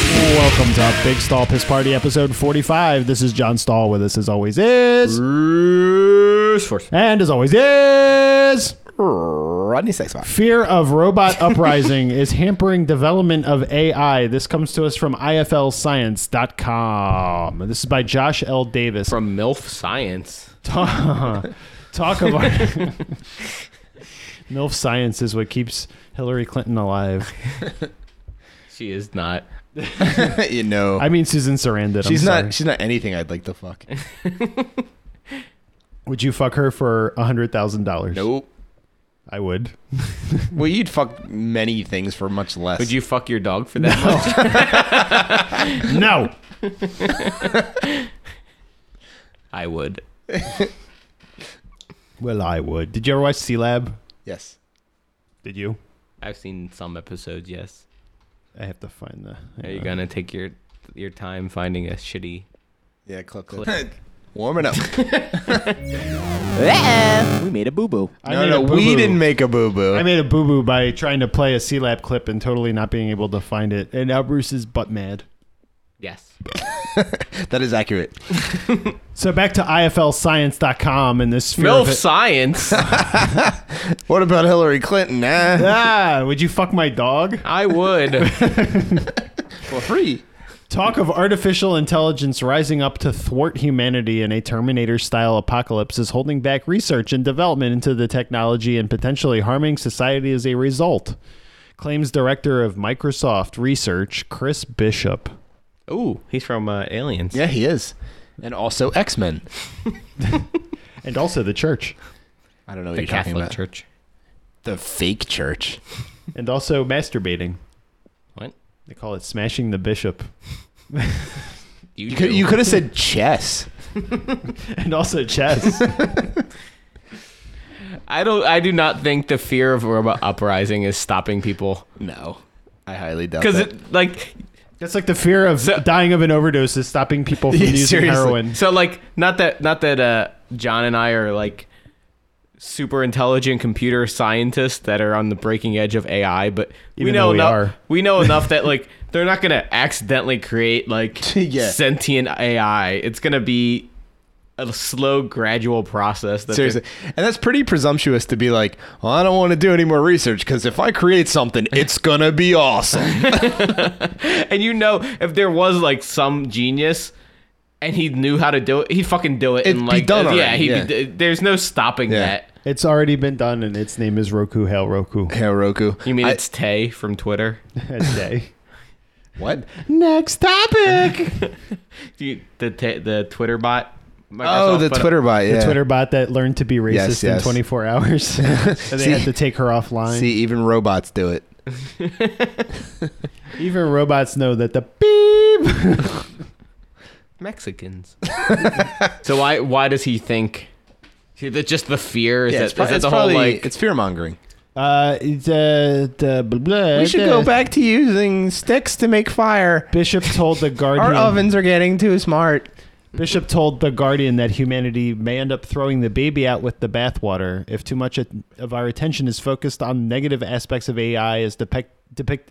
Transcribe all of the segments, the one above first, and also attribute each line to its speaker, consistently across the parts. Speaker 1: Welcome to Big Stall Piss Party, episode 45. This is John Stahl with us, as always is.
Speaker 2: Bruce Force.
Speaker 1: And as always is.
Speaker 2: Rodney Sexbox.
Speaker 1: Fear of robot uprising is hampering development of AI. This comes to us from IFLScience.com. This is by Josh L. Davis.
Speaker 2: From MILF Science.
Speaker 1: talk, talk of our MILF science is what keeps Hillary Clinton alive.
Speaker 2: She is not.
Speaker 3: you know,
Speaker 1: I mean, Susan Sarandon.
Speaker 3: she's
Speaker 1: I'm
Speaker 3: not.
Speaker 1: sorry.
Speaker 3: She's not anything I'd like to fuck.
Speaker 1: Would you fuck her for a hundred thousand dollars?
Speaker 3: nope.
Speaker 1: I would.
Speaker 3: Well, you'd fuck many things for much less.
Speaker 2: Would you fuck your dog for that much?
Speaker 1: No.
Speaker 2: I would.
Speaker 1: well, I would. Did you ever watch C Lab?
Speaker 3: Yes.
Speaker 1: Did you?
Speaker 2: I've seen some episodes, yes.
Speaker 1: I have to find the.
Speaker 2: Are
Speaker 1: hang
Speaker 2: you
Speaker 1: on.
Speaker 2: gonna take your your time finding a shitty
Speaker 3: Yeah. Clip.
Speaker 2: Click.
Speaker 3: clip. Warming up.
Speaker 2: We made a boo boo.
Speaker 1: I
Speaker 3: no,
Speaker 1: made
Speaker 3: no,
Speaker 1: a
Speaker 3: we
Speaker 1: boo-boo.
Speaker 3: didn't make a boo boo.
Speaker 1: I made a boo boo by trying to play a C Lab clip and totally not being able to find it. And now Bruce is butt mad.
Speaker 2: Yes.
Speaker 3: that is accurate.
Speaker 1: So back to IFLScience.com and this fear of
Speaker 2: MILF
Speaker 1: it-
Speaker 2: Science.
Speaker 3: What about Hillary Clinton? Nah.
Speaker 1: Ah, would you fuck my dog?
Speaker 2: I would.
Speaker 3: For free.
Speaker 1: Talk of artificial intelligence rising up to thwart humanity in a Terminator style apocalypse is holding back research and development into the technology and potentially harming society as a result, claims director of Microsoft Research, Chris Bishop.
Speaker 2: Ooh, he's from uh, Aliens.
Speaker 3: Yeah, he is. And also X Men.
Speaker 1: And also the church.
Speaker 3: I don't know what
Speaker 2: The
Speaker 3: you're
Speaker 2: Catholic
Speaker 3: talking about.
Speaker 2: Church.
Speaker 3: The fake church.
Speaker 1: And also masturbating.
Speaker 2: What?
Speaker 1: They call it smashing the bishop.
Speaker 2: You,
Speaker 3: You could,
Speaker 2: do.
Speaker 3: you could have said chess.
Speaker 1: And also chess.
Speaker 2: I don't I do not think the fear of robot uprising is stopping people.
Speaker 3: No, I highly doubt
Speaker 2: Because
Speaker 3: that.
Speaker 2: it like
Speaker 1: That's like the fear of
Speaker 2: So-
Speaker 1: dying of an overdose is stopping people from
Speaker 3: Yeah,
Speaker 1: using
Speaker 3: seriously.
Speaker 1: heroin.
Speaker 2: So like not that not that uh John and I are like super intelligent computer scientists that are on the breaking edge of AI, but we
Speaker 1: Even
Speaker 2: know
Speaker 1: though we
Speaker 2: enough
Speaker 1: are.
Speaker 2: we know enough that like they're not gonna accidentally create like
Speaker 3: Yeah.
Speaker 2: sentient AI. It's gonna be a slow gradual process that
Speaker 3: Seriously. And that's pretty presumptuous to be like, well, I don't want to do any more research because if I create something, it's going to be awesome.
Speaker 2: they're- and you know if there was like some genius and he knew how to do it, he'd fucking do it
Speaker 3: It'd
Speaker 2: and
Speaker 3: be
Speaker 2: like
Speaker 3: done
Speaker 2: uh, yeah,
Speaker 3: already,
Speaker 2: he'd
Speaker 3: yeah.
Speaker 2: Be, d- there's no stopping
Speaker 3: Yeah.
Speaker 2: that.
Speaker 1: It's already been done, and its name is Roku Hail Roku.
Speaker 3: Hail Roku.
Speaker 2: You mean
Speaker 3: I-
Speaker 2: it's Tay from Twitter?
Speaker 1: Today.
Speaker 3: what?
Speaker 1: Next topic.
Speaker 2: Do you, the t- the Twitter bot.
Speaker 3: Oh,
Speaker 2: Microsoft
Speaker 3: the
Speaker 2: bot-
Speaker 3: Twitter bot. Yeah.
Speaker 1: The Twitter bot that learned to be racist
Speaker 3: Yes,
Speaker 1: in
Speaker 3: yes.
Speaker 1: 24 hours. and they
Speaker 3: See-
Speaker 1: had to take her offline.
Speaker 3: See, even robots do it.
Speaker 1: Even robots know that the beep.
Speaker 2: Mexicans. so why why does he think? See, the, just the fear is
Speaker 3: Yeah,
Speaker 2: that,
Speaker 3: it's, pro-
Speaker 2: is that
Speaker 3: it's
Speaker 2: the
Speaker 3: probably
Speaker 2: whole like
Speaker 3: it's fear mongering.
Speaker 1: uh, the, the, blah, blah,
Speaker 3: We should
Speaker 1: the-
Speaker 3: go back to using sticks to make fire.
Speaker 1: Bishop told the Guardian.
Speaker 3: Our ovens are getting too smart.
Speaker 1: Bishop told the Guardian that humanity may end up throwing the baby out with the bathwater if too much at- of our attention is focused on negative aspects of AI as depict, depict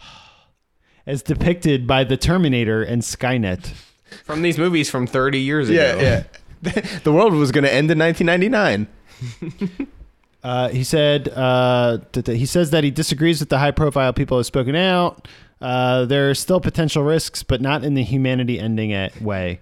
Speaker 1: as depicted by the Terminator and Skynet.
Speaker 2: from these movies from 30 years ago.
Speaker 3: yeah. the world was going to end in 1999.
Speaker 1: Uh, he said uh, that- that he says that he disagrees with the high profile people who have spoken out. Uh, there are still potential risks, but not in the humanity ending it way.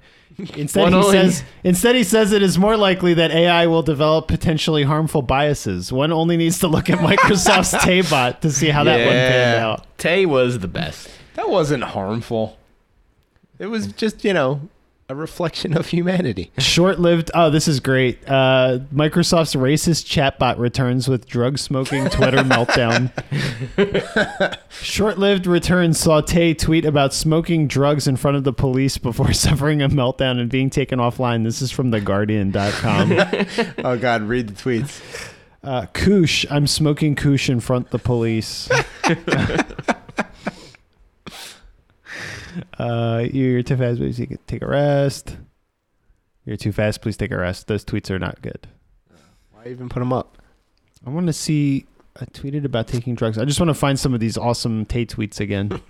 Speaker 1: Instead,
Speaker 2: One
Speaker 1: he
Speaker 2: only-
Speaker 1: says. Instead, he says it is more likely that AI will develop potentially harmful biases. One only needs to look at Microsoft's Taybot to see how that one panned
Speaker 3: Yeah.
Speaker 1: out.
Speaker 2: Tay was the best.
Speaker 3: That wasn't harmful. It was just, you know, a reflection of humanity.
Speaker 1: Short-lived. Oh, this is great. Uh, Microsoft's racist chatbot returns with drug-smoking Twitter meltdown. Short-lived return saute tweet about smoking drugs in front of the police before suffering a meltdown and being taken offline. This is from theguardian.com.
Speaker 3: oh God, read the tweets.
Speaker 1: Uh, Koosh, I'm smoking Koosh in front of the police. uh, you're too fast, please take a rest. You're too fast, please take a rest. Those tweets are not good.
Speaker 3: Why even put them up?
Speaker 1: I want to see I tweeted about taking drugs. I just want to find some of these awesome Tay tweets again.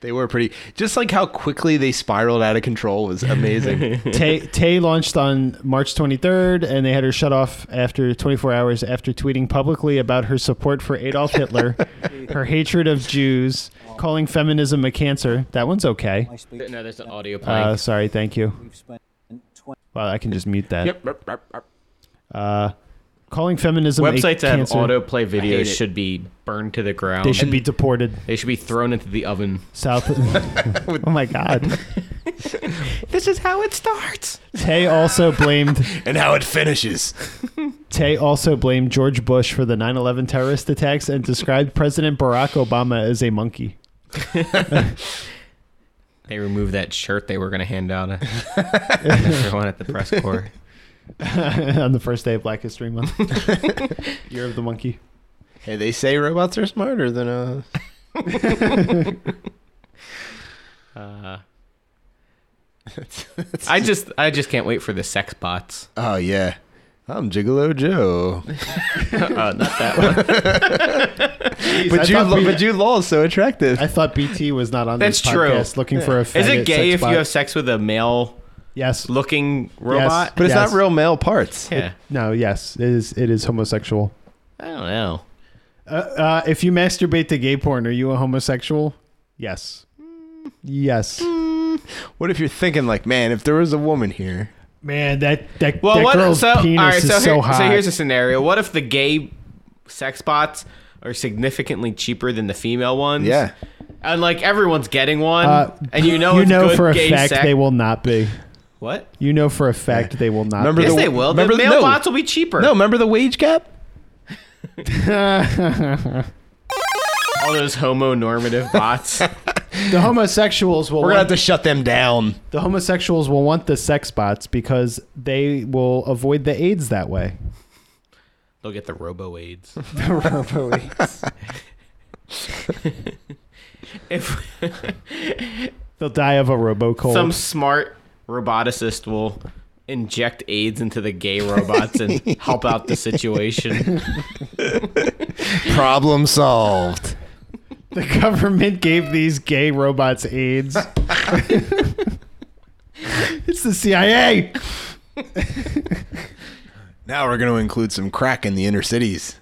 Speaker 3: They were pretty. Just like how quickly they spiraled out of control was amazing.
Speaker 1: Tay, Tay launched on March 23rd, and they had her shut off after 24 hours after tweeting publicly about her support for Adolf Hitler, her hatred of Jews, calling feminism a cancer. That one's okay.
Speaker 4: My speech.
Speaker 2: No, there's an audio playing.
Speaker 1: Uh, sorry, thank you.
Speaker 4: We've spent 20
Speaker 1: Wow, I can just mute that. Uh, calling feminism a
Speaker 2: Websites that have
Speaker 1: cancer.
Speaker 2: autoplay
Speaker 3: I
Speaker 2: videos
Speaker 3: hate it.
Speaker 2: should be burned to the ground.
Speaker 1: They should be deported
Speaker 2: They should be thrown into the oven.
Speaker 1: south. oh my God.
Speaker 2: This is how it starts.
Speaker 1: Tay also blamed
Speaker 3: and how it finishes.
Speaker 1: Tay also blamed George Bush for the 9/11 terrorist attacks and described President Barack Obama as a monkey.
Speaker 2: They removed that shirt they were going to hand out uh, to everyone at the press corps.
Speaker 1: on the first day of Black History Month. Year of the Monkey.
Speaker 3: Hey, they say robots are smarter than us.
Speaker 2: Uh, I just, I just can't wait for the sex bots.
Speaker 3: Oh yeah, I'm Gigolo Joe.
Speaker 2: Uh, not that one.
Speaker 1: I
Speaker 3: but you,
Speaker 1: thought
Speaker 3: lo-
Speaker 1: we-
Speaker 3: but you law is so attractive.
Speaker 1: I thought BT was not on
Speaker 2: That's
Speaker 1: this
Speaker 2: true.
Speaker 1: podcast looking for a
Speaker 2: Is
Speaker 1: faggot
Speaker 2: it gay
Speaker 1: sex
Speaker 2: if
Speaker 1: bot.
Speaker 2: you have sex with a male-looking
Speaker 1: Yes.
Speaker 2: robot?
Speaker 3: but it's
Speaker 1: Yes.
Speaker 3: not real male parts.
Speaker 2: Yeah.
Speaker 1: No, yes. It is it is homosexual.
Speaker 2: I don't know.
Speaker 1: Uh, uh, if you masturbate to gay porn, are you a homosexual? Yes.
Speaker 2: Mm.
Speaker 1: Yes.
Speaker 3: What if you're thinking like, man, if there was a woman here,
Speaker 1: Man, that that,
Speaker 2: Well,
Speaker 1: that
Speaker 2: what?
Speaker 1: girl's
Speaker 2: so,
Speaker 1: penis
Speaker 2: all right,
Speaker 1: is
Speaker 2: so,
Speaker 1: so,
Speaker 2: here-
Speaker 1: hot.
Speaker 2: so here's a scenario. What if the gay sex bots are significantly cheaper than the female ones?
Speaker 3: yeah,
Speaker 2: and like everyone's getting one,
Speaker 1: Uh,
Speaker 2: and you know,
Speaker 1: you
Speaker 2: it's
Speaker 1: know
Speaker 2: good
Speaker 1: for a
Speaker 2: gay
Speaker 1: fact
Speaker 2: sex-
Speaker 1: they will not be.
Speaker 2: What?
Speaker 1: You know for a fact they will not.
Speaker 3: Remember
Speaker 1: be.
Speaker 2: Yes,
Speaker 3: the-
Speaker 2: they will. The
Speaker 3: remember the- no.
Speaker 2: male bots will be cheaper.
Speaker 3: no, remember the wage gap?
Speaker 2: all those homo normative bots.
Speaker 1: the homosexuals will.
Speaker 3: We're gonna
Speaker 1: want-
Speaker 3: have to shut them down.
Speaker 1: the homosexuals will want the sex bots because they will avoid the AIDS that way.
Speaker 2: They'll get the robo aids. if
Speaker 1: They'll die of a robocold.
Speaker 2: some smart roboticist will inject aids into the gay robots and help out the situation.
Speaker 3: Problem solved.
Speaker 1: the government gave these gay robots AIDS. it's the CIA.
Speaker 3: Now we're gonna include some crack in the inner cities.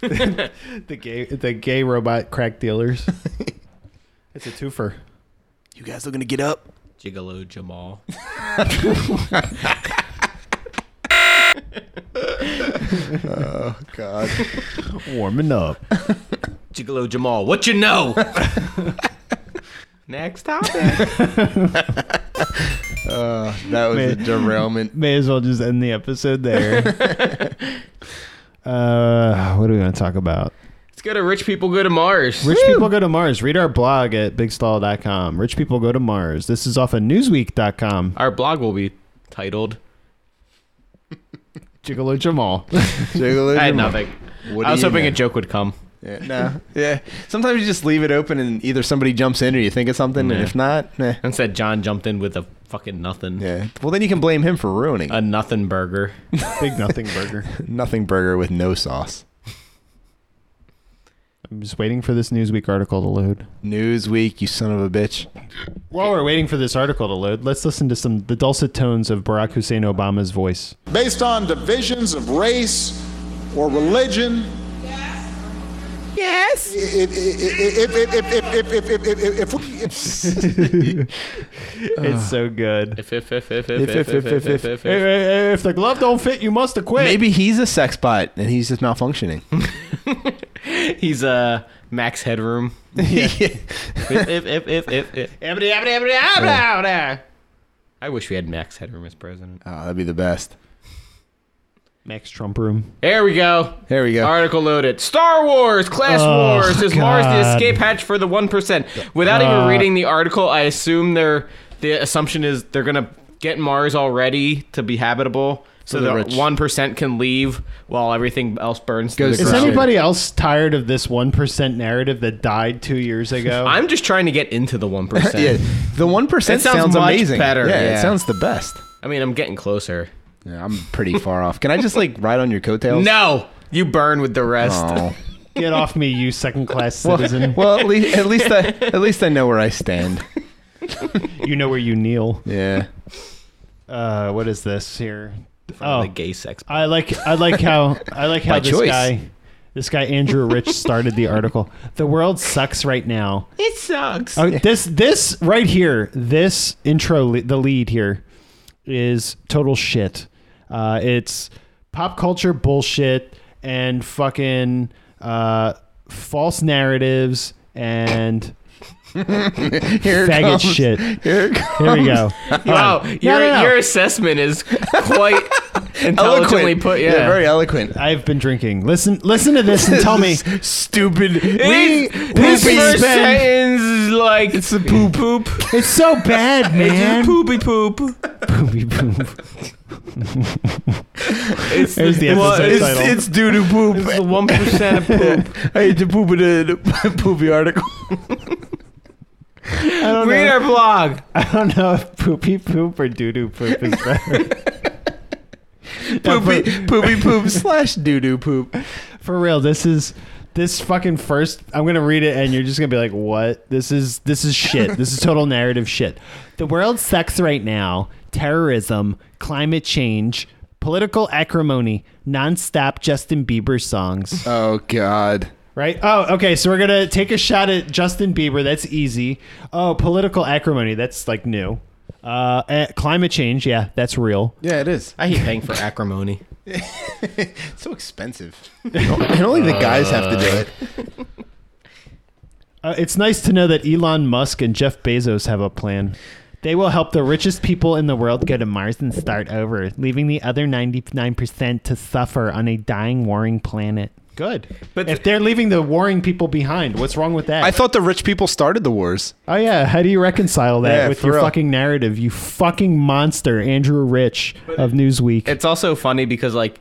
Speaker 1: The gay the gay robot crack dealers. it's a twofer.
Speaker 3: You guys looking to get up?
Speaker 2: Gigolo Jamal.
Speaker 3: Oh God.
Speaker 1: Warming up.
Speaker 2: Gigolo Jamal, what you know? Next topic.
Speaker 3: Uh, that was a
Speaker 1: Man.
Speaker 3: derailment.
Speaker 1: May as well just end the episode there. uh, what do we want to talk about?
Speaker 2: Let's go to Rich People Go to Mars.
Speaker 1: Rich People Go to Mars. Read our blog at bigstall.com. Rich People Go to Mars. This is off of newsweek.com.
Speaker 2: Our blog will be titled.
Speaker 1: Gigolo Jamal.
Speaker 3: Jiggle
Speaker 2: I had nothing.
Speaker 3: What
Speaker 2: I
Speaker 3: do
Speaker 2: was
Speaker 3: you
Speaker 2: hoping
Speaker 3: know?
Speaker 2: a joke would come.
Speaker 3: Yeah, no. Yeah. Sometimes you just leave it open and either somebody jumps in or you think of something, and
Speaker 2: Yeah.
Speaker 3: if not, eh.
Speaker 2: Instead, John jumped in with a fucking nothing.
Speaker 3: Yeah. Well, then you can blame him for ruining
Speaker 2: A
Speaker 3: it.
Speaker 2: nothing burger.
Speaker 1: Big nothing burger.
Speaker 3: nothing burger with no sauce.
Speaker 1: I'm just waiting for this Newsweek article to load.
Speaker 3: Newsweek, you son of a bitch.
Speaker 1: While we're waiting for this article to load, let's listen to some the dulcet tones of Barack Hussein Obama's voice.
Speaker 5: based on divisions of race or religion. Yes. If, if, if, if, if, if, if, if, if, if we, if,
Speaker 1: It's so good.
Speaker 2: If, if, if, if,
Speaker 3: If, if, if, if, if, if.
Speaker 1: If, the glove don't fit, you must acquit.
Speaker 3: Maybe he's a sex bot and he's just malfunctioning.
Speaker 2: Hmm. He's a uh, Max Headroom. if, if, if, if, if, if. Ebony, ebony, ebony, ebony, ebony. I wish we had Max Headroom as president.
Speaker 3: oh, that'd be the best.
Speaker 1: Max Trump room.
Speaker 2: There we go.
Speaker 3: There we go.
Speaker 2: Article loaded. Star Wars, Class
Speaker 1: Oh,
Speaker 2: Wars. Is Mars the
Speaker 1: God.
Speaker 2: escape hatch for the one percent? Without even
Speaker 1: Uh,
Speaker 2: reading the article, I assume they're the assumption is they're gonna get Mars already to be habitable, so
Speaker 3: the
Speaker 2: the
Speaker 3: rich.
Speaker 2: one percent can leave while everything else burns. to
Speaker 3: Goes
Speaker 2: the
Speaker 1: Is
Speaker 3: Right.
Speaker 2: ground.
Speaker 1: anybody else tired of this 1% narrative that died two years ago?
Speaker 2: I'm just trying to get into the one
Speaker 3: Yeah.
Speaker 2: percent.
Speaker 3: The 1%
Speaker 2: It sounds much
Speaker 3: amazing.
Speaker 2: better.
Speaker 3: Yeah,
Speaker 2: Yeah.
Speaker 3: It sounds the best.
Speaker 2: I mean, I'm getting closer.
Speaker 3: Yeah, I'm pretty far off. Can I just like ride on your coattails?
Speaker 2: No, you burn with the rest.
Speaker 3: Oh.
Speaker 1: Get off me, you second class
Speaker 3: Well,
Speaker 1: citizen.
Speaker 3: well, at least at least I at least I know where I stand.
Speaker 1: you know where you kneel.
Speaker 3: Yeah.
Speaker 1: Uh, what is this here?
Speaker 2: oh.
Speaker 1: Oh,
Speaker 2: the gay sex.
Speaker 1: I like I like how I like how
Speaker 3: By
Speaker 1: this
Speaker 3: choice.
Speaker 1: guy this guy Andrew Rich started the article. The world sucks right now.
Speaker 2: It sucks.
Speaker 1: Oh, this this right here, this intro, le- the lead here, is total shit. Uh, it's pop culture bullshit and fucking uh, false narratives and
Speaker 3: Here it
Speaker 1: faggot
Speaker 3: comes.
Speaker 1: shit.
Speaker 3: Here it comes.
Speaker 1: Here we go.
Speaker 2: Wow, your,
Speaker 1: no, no.
Speaker 2: your assessment is quite intelligently
Speaker 3: Eloquent.
Speaker 2: put. Yeah,
Speaker 3: very eloquent.
Speaker 1: I've been drinking. Listen, listen to this and tell me.
Speaker 3: stupid.
Speaker 2: We,
Speaker 3: We,
Speaker 2: this
Speaker 3: we
Speaker 2: first
Speaker 3: spend-
Speaker 2: sentence is like it's a poop poop.
Speaker 1: It's so bad, man.
Speaker 2: It's poopy poop.
Speaker 1: Poopy poop.
Speaker 2: It's
Speaker 1: There's the episode
Speaker 2: it's,
Speaker 1: title.
Speaker 3: It's, it's due to poop.
Speaker 2: it's the one percent of poop.
Speaker 3: I hate to poop in a, the poopy article.
Speaker 1: I don't
Speaker 2: Read
Speaker 1: know.
Speaker 2: our blog.
Speaker 1: I don't know if poopy poop or doo doo poop is better.
Speaker 3: Poopy, poopy poop slash doo doo poop.
Speaker 1: For real, this is this fucking first. I'm gonna read it, and you're just gonna be like, "What? This is this is shit. This is total narrative shit." The world sucks right now. Terrorism, climate change, political acrimony, nonstop Justin Bieber songs.
Speaker 3: Oh God.
Speaker 1: Right? Oh, okay. So we're gonna take a shot at Justin Bieber. That's easy. Oh, political acrimony. That's like new. Uh, eh, climate change. Yeah, that's real.
Speaker 3: Yeah, it is.
Speaker 2: I hate paying for acrimony.
Speaker 3: It's so expensive. and only the guys have to do it.
Speaker 1: Uh, it's nice to know that Elon Musk and Jeff Bezos have a plan. They will help the richest people in the world go to Mars and start over, leaving the other 99% to suffer on a dying, warring planet. Good. But
Speaker 2: But-
Speaker 1: if they're leaving the warring people behind, what's wrong with that?
Speaker 3: I thought the rich people started the wars.
Speaker 1: Oh yeah, how do you reconcile that
Speaker 3: Yeah,
Speaker 1: with
Speaker 3: for
Speaker 1: your
Speaker 3: real.
Speaker 1: fucking narrative? You fucking monster, Andrew Rich of Newsweek.
Speaker 2: It's also funny because like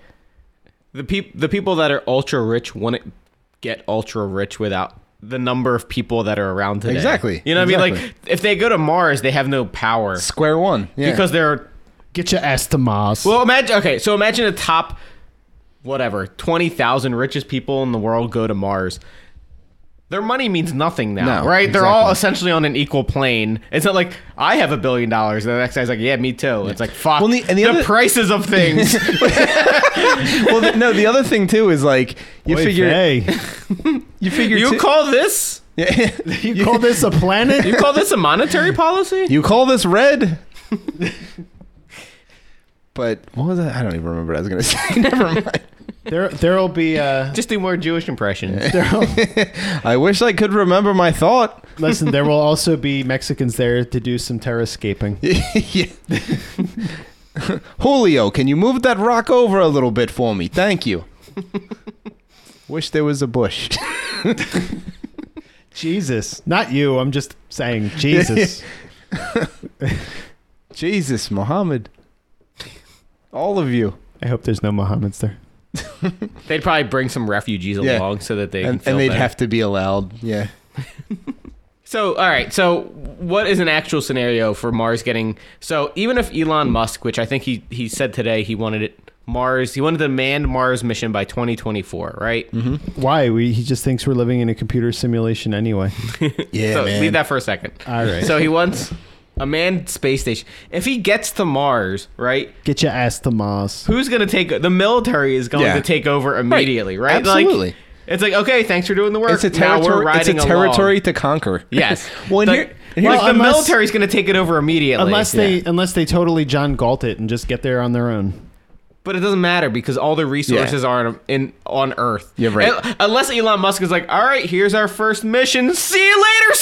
Speaker 2: the peop the people that are ultra rich wouldn't get ultra rich without the number of people that are around today.
Speaker 3: Exactly.
Speaker 2: You know what I mean? Like
Speaker 3: Exactly.
Speaker 2: if they go to Mars, they have no power
Speaker 3: Square one. Yeah.
Speaker 2: because they're
Speaker 1: Get your ass to Mars.
Speaker 2: Well, imagine. Okay, so imagine the top, whatever, twenty thousand richest people in the world go to Mars. Their money means nothing now,
Speaker 3: No,
Speaker 2: right? They're all
Speaker 3: exactly.
Speaker 2: essentially on an equal plane. It's not like I have a billion dollars, and the next guy's like, "Yeah, me too." It's like fuck.
Speaker 3: Well, and the- and the
Speaker 2: the
Speaker 3: other-
Speaker 2: prices of things.
Speaker 3: well, th- no. The other thing too is like you
Speaker 1: Oy
Speaker 3: figure
Speaker 1: vey.
Speaker 3: you figure
Speaker 2: you
Speaker 3: too-
Speaker 2: call this?
Speaker 3: Yeah.
Speaker 1: you call this a planet?
Speaker 2: You call this a monetary policy?
Speaker 3: You call this red? but what was that? I don't even remember what I was going to say. Never mind.
Speaker 1: there, there'll be. Uh,
Speaker 2: Just do more Jewish impressions.
Speaker 1: there'll,
Speaker 3: I wish I could remember my thought.
Speaker 1: listen, there will also be Mexicans there to do some terrascaping.
Speaker 3: Yeah. Julio, can you move that rock over a little bit for me? Thank you. wish there was a bush.
Speaker 1: Jesus, not you. I'm just saying, Jesus.
Speaker 3: Jesus, Muhammad. All of you.
Speaker 1: I hope there's no Mohammeds there.
Speaker 2: They'd probably bring some refugees
Speaker 3: Yeah.
Speaker 2: along so that they can
Speaker 3: And,
Speaker 2: feel
Speaker 3: and they'd
Speaker 2: better.
Speaker 3: have to be allowed. Yeah.
Speaker 2: So, all right. So, what is an actual scenario for Mars getting? So, even if Elon Musk, which I think he he said today, he wanted it Mars, he wanted the manned Mars mission by 2024, right? Mm-hmm.
Speaker 1: Why? We, he just thinks we're living in a computer simulation anyway.
Speaker 3: Yeah,
Speaker 2: so,
Speaker 3: man.
Speaker 2: leave that for a second.
Speaker 1: All right.
Speaker 2: So, he wants a manned space station. If he gets to Mars, right?
Speaker 1: Get your ass to Mars.
Speaker 2: Who's going to take the military is going
Speaker 3: Yeah.
Speaker 2: to take over immediately, right?
Speaker 3: Absolutely.
Speaker 2: Like it's like, okay, thanks for doing the work.
Speaker 3: it's a
Speaker 2: Now we're
Speaker 3: territory. It's a
Speaker 2: riding along.
Speaker 3: territory to conquer.
Speaker 2: Yes.
Speaker 3: Well, and
Speaker 2: The-
Speaker 3: here- and here's-
Speaker 2: like the
Speaker 1: unless-
Speaker 2: military's going to take it over immediately.
Speaker 1: Unless they, unless they totally John Galt it and just get there on their own.
Speaker 2: But it doesn't matter because all the resources
Speaker 3: Yeah.
Speaker 2: are in, in on Earth.
Speaker 3: Yeah, right.
Speaker 2: Un- Unless Elon Musk is like, "All right, here's our first mission. See you later,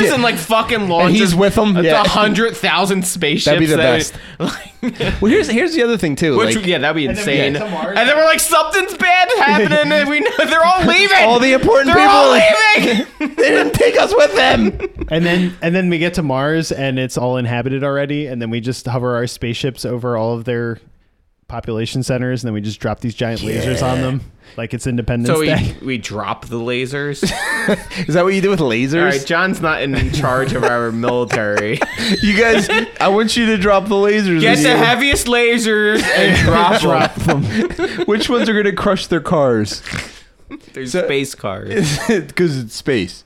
Speaker 3: Yeah.
Speaker 2: and like fucking launches.
Speaker 3: he's with 'em?
Speaker 2: The
Speaker 3: Yeah.
Speaker 2: hundred thousand spaceships.
Speaker 3: That'd be the
Speaker 2: that- like,
Speaker 3: Well, here's here's the other thing too.
Speaker 2: which
Speaker 3: like,
Speaker 2: yeah, that'd be
Speaker 1: then we get
Speaker 2: insane.
Speaker 1: to Mars.
Speaker 2: And then we're like, something's bad happening, and we know they're all leaving.
Speaker 3: All the important
Speaker 2: they're all
Speaker 3: people-
Speaker 2: leaving.
Speaker 3: they didn't take us with them.
Speaker 1: And then and then we get to Mars and it's all inhabited already, and then we just hover our spaceships over all of their population centers, and then we just drop these giant lasers on them like it's Independence
Speaker 2: so
Speaker 1: Day.
Speaker 2: we we drop the lasers.
Speaker 3: Is that what you do with lasers?
Speaker 2: all right, John's not in charge of our military.
Speaker 3: You guys, I want you to drop the lasers.
Speaker 2: Get
Speaker 3: in
Speaker 2: the
Speaker 3: here.
Speaker 2: heaviest lasers and drop them.
Speaker 1: Drop them.
Speaker 3: Which ones are going to crush their cars?
Speaker 2: There's
Speaker 3: So-
Speaker 2: space cars.
Speaker 3: because it's space.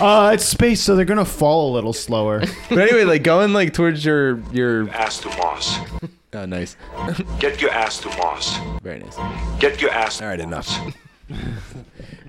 Speaker 1: Uh, it's space, so they're gonna fall a little slower.
Speaker 3: But anyway, like going like towards your your
Speaker 4: ass to Mars.
Speaker 3: oh nice,
Speaker 4: Get your ass to Mars.
Speaker 3: very nice.
Speaker 4: Get your ass.
Speaker 3: All right, enough.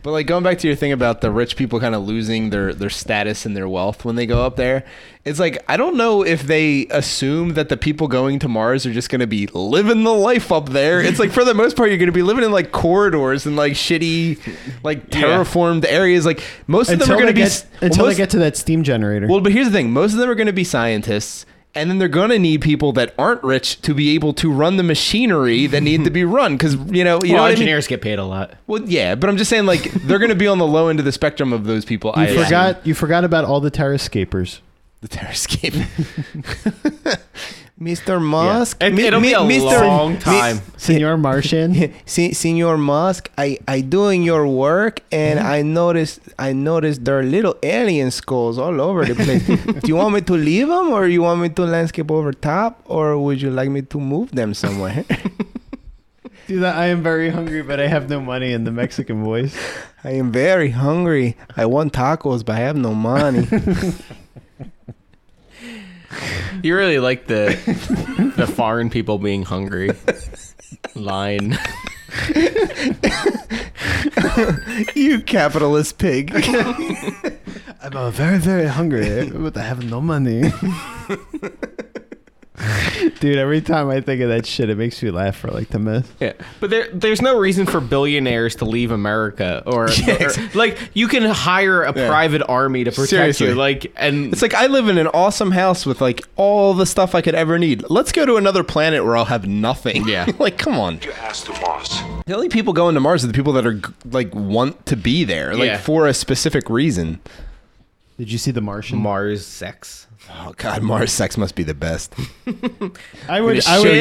Speaker 3: But like going back to your thing about the rich people kind of losing their their status and their wealth when they go up there, it's like I don't know if they assume that the people going to Mars are just going to be living the life up there. It's like for the most part you're going to be living in like corridors and like shitty like terraformed areas. Like most of them
Speaker 1: until
Speaker 3: are going
Speaker 1: they
Speaker 3: to be
Speaker 1: get,
Speaker 3: well,
Speaker 1: until
Speaker 3: most-
Speaker 1: they get to that steam generator.
Speaker 3: well, but here's the thing: most of them are going to be scientists, and then they're going to need people that aren't rich to be able to run the machinery that need to be run. Because you know, you know
Speaker 2: well,
Speaker 3: what
Speaker 2: engineers get paid a lot.
Speaker 3: I mean? Well, yeah, but I'm just saying, like, they're going to be on the low end of the spectrum of those people. I
Speaker 1: you
Speaker 3: assume.
Speaker 1: forgot you forgot about all the terrascapers.
Speaker 3: the terrascape, Mr. Musk,
Speaker 2: It, will be a long time.
Speaker 1: Senor Martian.
Speaker 3: Se- Senor Musk, I I doing your work, and I noticed I noticed there are little alien skulls all over the place. Do you want me to leave them, or you want me to landscape over top, or would you like me to move them somewhere?
Speaker 1: Dude, I am very hungry, but I have no money in the Mexican voice.
Speaker 3: I am very hungry. I want tacos, but I have no money.
Speaker 2: You really like the the foreign people being hungry line.
Speaker 3: you capitalist pig.
Speaker 1: I'm uh, very, very hungry, but I have no money. Dude, every time I think of that shit, it makes me laugh for like the myth.
Speaker 2: Yeah, but there, there's no reason for billionaires to leave America, or, or- like you can hire a private army to protect
Speaker 3: Seriously.
Speaker 2: you, like and
Speaker 3: It's like I live in an awesome house with like all the stuff I could ever need. Let's go to another planet where I'll have nothing.
Speaker 2: Yeah.
Speaker 3: like come on.
Speaker 4: Your ass to Mars.
Speaker 3: The only people going to Mars are the people that are g- like want to be there, like
Speaker 2: Yeah.
Speaker 3: for a specific reason.
Speaker 1: Did you see The Martian?
Speaker 2: Mars sex.
Speaker 3: Oh God, Mars sex must be the best.
Speaker 1: I would. I would.
Speaker 2: Oh,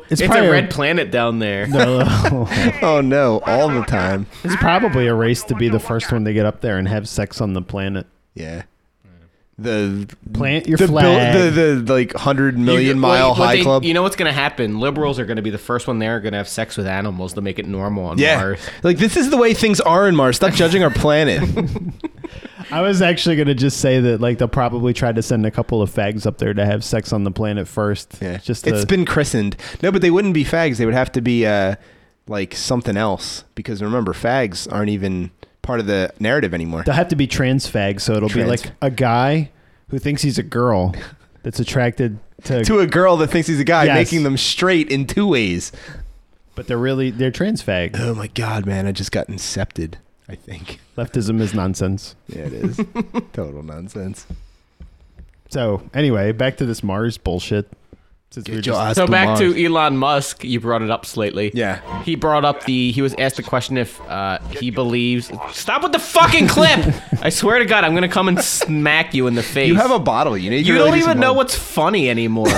Speaker 2: Ew, it's,
Speaker 1: probably
Speaker 2: a red planet down there.
Speaker 3: oh no, all the time.
Speaker 1: It's probably a race to be the first one to get up there and have sex on the planet.
Speaker 3: Yeah. The
Speaker 1: Plant your
Speaker 3: the, bil-
Speaker 1: flag.
Speaker 3: the the like hundred
Speaker 2: You-
Speaker 3: million
Speaker 2: well,
Speaker 3: mile
Speaker 2: what
Speaker 3: high
Speaker 2: they-
Speaker 3: club.
Speaker 2: You know what's gonna happen? Liberals are gonna be the first one there, gonna have sex with animals to make it normal on
Speaker 3: yeah,
Speaker 2: Mars.
Speaker 3: like this is the way things are in Mars. Stop judging our planet.
Speaker 1: I was actually gonna just say that like they'll probably try to send a couple of fags up there to have sex on the planet first. just
Speaker 3: it's
Speaker 1: to-
Speaker 3: been christened. No, but they wouldn't be fags. They would have to be uh, like something else because remember, fags aren't even part of the narrative anymore.
Speaker 1: They'll have to be trans fags, so it'll
Speaker 3: Trans-
Speaker 1: be like a guy who thinks he's a girl that's attracted to,
Speaker 3: to a girl that thinks he's a guy,
Speaker 1: Yes.
Speaker 3: making them straight in two ways.
Speaker 1: but they're really they're trans fag.
Speaker 3: Oh my god, man! I just got incepted. I think.
Speaker 1: Leftism is nonsense.
Speaker 3: Yeah, it is total nonsense.
Speaker 1: So anyway, back to this Mars bullshit. Since we were just-
Speaker 2: So back to Elon Musk, you brought it up slightly.
Speaker 3: Yeah.
Speaker 2: he brought up the. He was asked the question if uh, he believes. Stop with the fucking clip! I swear to God, I'm gonna come and smack you in the face.
Speaker 3: You have a bottle. You need.
Speaker 2: You don't even know what's funny anymore.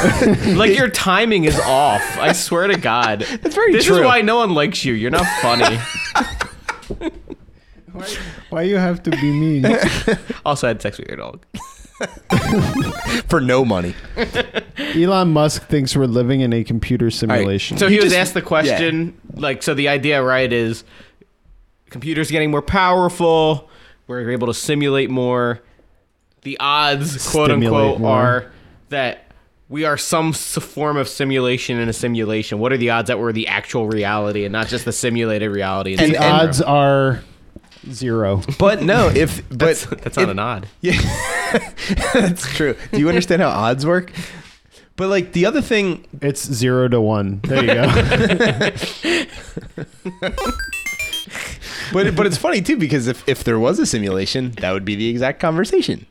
Speaker 2: like your timing is off. I swear to God. That's
Speaker 3: very
Speaker 2: This
Speaker 3: true.
Speaker 2: is why no one likes you. You're not funny.
Speaker 1: why you have to be mean?
Speaker 2: also, I had sex with your dog.
Speaker 3: for no money.
Speaker 1: Elon Musk thinks we're living in a computer simulation.
Speaker 2: So
Speaker 3: You
Speaker 2: he was
Speaker 3: just-
Speaker 2: asked the question, like, so the idea, right, is computers getting more powerful. We're able to simulate more. The odds, quote
Speaker 1: Stimulate
Speaker 2: unquote,
Speaker 1: more.
Speaker 2: are that we are some s- form of simulation in a simulation. What are the odds that we're the actual reality and not just the simulated reality?
Speaker 1: the odds are zero.
Speaker 3: But no, if but
Speaker 2: that's, that's not
Speaker 3: it-
Speaker 2: an odd.
Speaker 3: That's true. Do you understand how odds work? But like the other thing,
Speaker 1: It's zero to one. There you go.
Speaker 3: but but it's funny too because if if there was a simulation, that would be the exact conversation.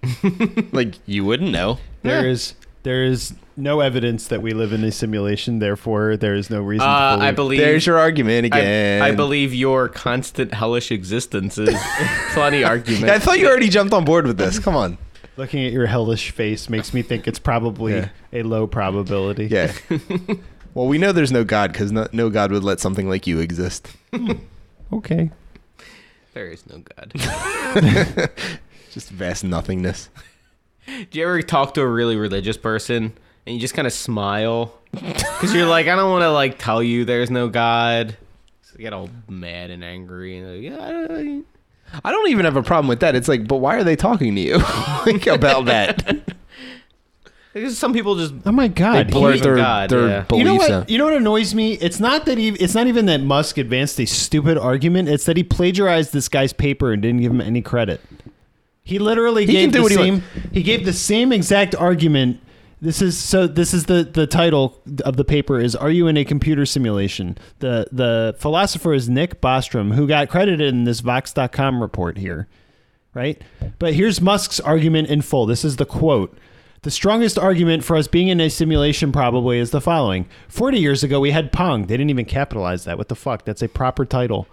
Speaker 3: like you wouldn't know.
Speaker 1: there is there is no evidence that we live in a simulation. Therefore, there is no reason.
Speaker 2: Uh,
Speaker 1: to believe.
Speaker 2: I believe.
Speaker 3: There's your argument again.
Speaker 2: I, I believe your constant hellish existence is plenty argument.
Speaker 3: I thought you already jumped on board with this. Come on.
Speaker 1: Looking at your hellish face makes me think it's probably
Speaker 3: Yeah.
Speaker 1: a low probability.
Speaker 3: Yeah. well, we know there's no God because no, no God would let something like you exist.
Speaker 1: Okay.
Speaker 2: there is no god.
Speaker 3: Just vast nothingness.
Speaker 2: Do you ever talk to a really religious person and you just kind of smile because you're like, I don't want to like tell you there's no God. I get all mad and angry and like, yeah,
Speaker 3: I don't even have a problem with that. It's like, but why are they talking to you like, about that?
Speaker 2: because some people just
Speaker 1: Oh my god,
Speaker 2: They blur
Speaker 1: he-
Speaker 2: the God, yeah.
Speaker 1: you know what?
Speaker 3: out.
Speaker 1: You know what annoys me? It's not that he. It's not even that Musk advanced a stupid argument. It's that he plagiarized this guy's paper and didn't give him any credit. He literally
Speaker 3: He
Speaker 1: gave
Speaker 3: can do
Speaker 1: the
Speaker 3: what he
Speaker 1: same.
Speaker 3: wants.
Speaker 1: He gave the same exact argument. This is so. This is the the title of the paper is "Are you in a computer simulation?" The the philosopher is Nick Bostrom, who got credited in this Vox.com report here right? But here's Musk's argument in full. This is the quote. The strongest argument for us being in a simulation probably is the following. 40 years ago, we had Pong. They didn't even capitalize that. What the fuck? That's a proper title.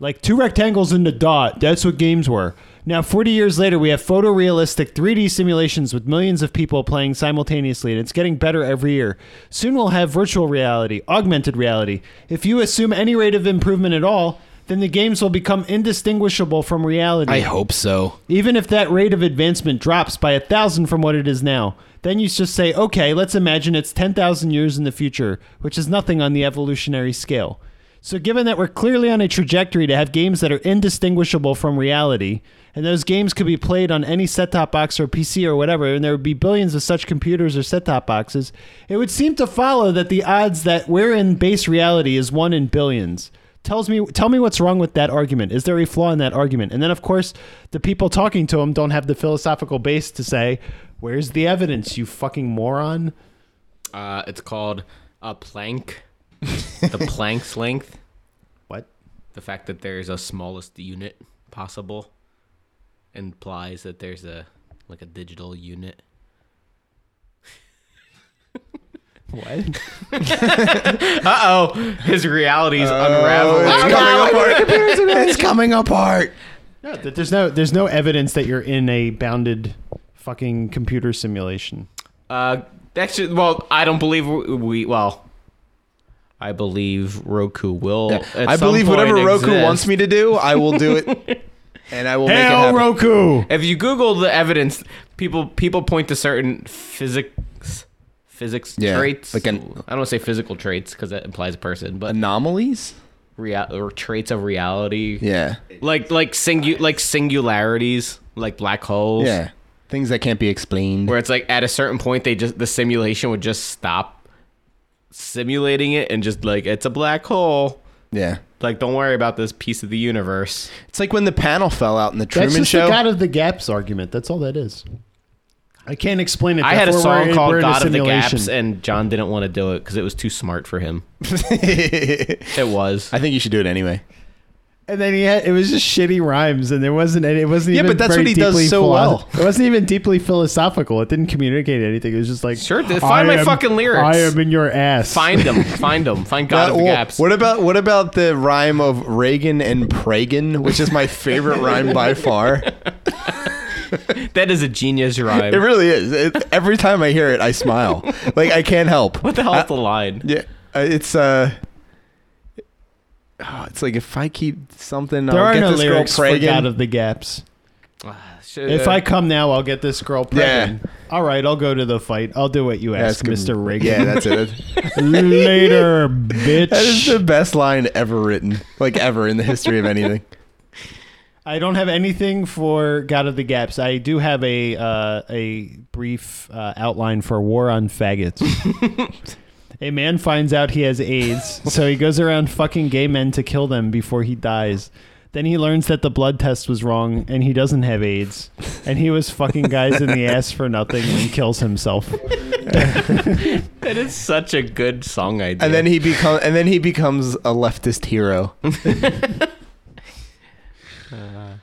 Speaker 1: Like two rectangles in the dot. That's what games were. Now, 40 years later, we have photorealistic 3D simulations with millions of people playing simultaneously, and it's getting better every year. Soon we'll have virtual reality, augmented reality. If you assume any rate of improvement at all, then the games will become indistinguishable from reality.
Speaker 3: I hope so.
Speaker 1: Even if that rate of advancement drops by a thousand from what it is now, then you just say, okay, let's imagine it's 10,000 years in the future, which is nothing on the evolutionary scale. So, given that we're clearly on a trajectory to have games that are indistinguishable from reality, and those games could be played on any set top box or PC or whatever, and there would be billions of such computers or set top boxes, it would seem to follow that the odds that we're in base reality is one in billions tells me tell me what's wrong with that argument is there a flaw in that argument and then of course the people talking to him don't have the philosophical base to say where's the evidence you fucking moron
Speaker 2: uh, it's called a plank, the plank's length,
Speaker 1: what
Speaker 2: the fact that there's a smallest unit possible implies that there's a like a digital unit.
Speaker 1: what
Speaker 2: Uh oh, his reality's unraveling.
Speaker 3: it's coming apart.
Speaker 1: no that there's no there's no evidence that you're in a bounded fucking computer simulation
Speaker 2: Uh, that's just, well, I don't believe we, we well. I believe Roku will. at
Speaker 3: I
Speaker 2: some
Speaker 3: believe whatever
Speaker 2: point
Speaker 3: Roku
Speaker 2: exist.
Speaker 3: wants me to do, I will do it, and I will make it
Speaker 2: Oh,
Speaker 1: Hail
Speaker 3: happen.
Speaker 1: Roku
Speaker 2: If you Google the evidence, people people point to certain physics physics
Speaker 3: Yeah,
Speaker 2: traits.
Speaker 3: like an-
Speaker 2: I don't want to say physical traits because that implies a person, but
Speaker 3: Anomalies?
Speaker 2: rea- or traits of reality.
Speaker 3: Yeah,
Speaker 2: Like like singu- like singularities, like black holes.
Speaker 3: yeah. Things that can't be explained.
Speaker 2: where it's like at a certain point they just the simulation would just stop simulating it and just like it's a black hole
Speaker 3: yeah,
Speaker 2: like don't worry about this piece of the universe
Speaker 3: it's like when the panel fell out in the Truman
Speaker 1: that's just
Speaker 3: Show.
Speaker 1: the god of the gaps argument that's all that is i can't explain it
Speaker 2: i had a
Speaker 1: Therefore, we're
Speaker 2: song
Speaker 1: in- we're
Speaker 2: called
Speaker 1: in a
Speaker 2: god of the gaps
Speaker 1: simulation.
Speaker 2: and john didn't want to do it because it was too smart for him
Speaker 3: I
Speaker 2: it was
Speaker 3: think you should do it anyway.
Speaker 1: And then he had it was just shitty rhymes, and there wasn't any, it wasn't
Speaker 3: Yeah,
Speaker 1: even
Speaker 3: but that's
Speaker 1: very
Speaker 3: what he does
Speaker 1: deeply
Speaker 3: so
Speaker 1: philo-
Speaker 3: well.
Speaker 1: It wasn't even deeply philosophical. It didn't communicate anything. It was just like
Speaker 2: Sure, th-
Speaker 1: "I
Speaker 2: find my
Speaker 1: am-
Speaker 2: fucking lyrics."
Speaker 1: I am in your ass.
Speaker 2: find them find them find god of the
Speaker 3: Well,
Speaker 2: gaps
Speaker 3: What about what about the rhyme of Reagan and Pragan, which is my favorite rhyme by far?
Speaker 2: that is a genius rhyme
Speaker 3: It really is. It, every time I hear it, I smile. Like I can't help.
Speaker 2: what the hell is the line
Speaker 3: Yeah, uh, it's uh, oh, it's like if I keep something,
Speaker 1: There
Speaker 3: I'll
Speaker 1: are
Speaker 3: get
Speaker 1: no
Speaker 3: this
Speaker 1: lyrics
Speaker 3: girl
Speaker 1: for
Speaker 3: Pragan.
Speaker 1: God of the Gaps.
Speaker 2: Shit.
Speaker 1: If I come now, I'll get this girl pregnant.
Speaker 3: Yeah.
Speaker 1: All right, I'll go to the fight. I'll do what you ask,
Speaker 3: That's good.
Speaker 1: Mister Reagan.
Speaker 3: Yeah, that's it.
Speaker 1: Later, bitch.
Speaker 3: That is the best line ever written, like ever in the history of anything.
Speaker 1: I don't have anything for God of the Gaps. I do have a uh, a brief uh, outline for War on Faggots. a man finds out he has AIDS, so he goes around fucking gay men to kill them before he dies. Then he learns that the blood test was wrong and he doesn't have AIDS. And he was fucking guys in the ass for nothing and kills himself.
Speaker 2: that is such a good song idea
Speaker 3: And then he become, and then he becomes a leftist hero. Ay,
Speaker 1: Ah,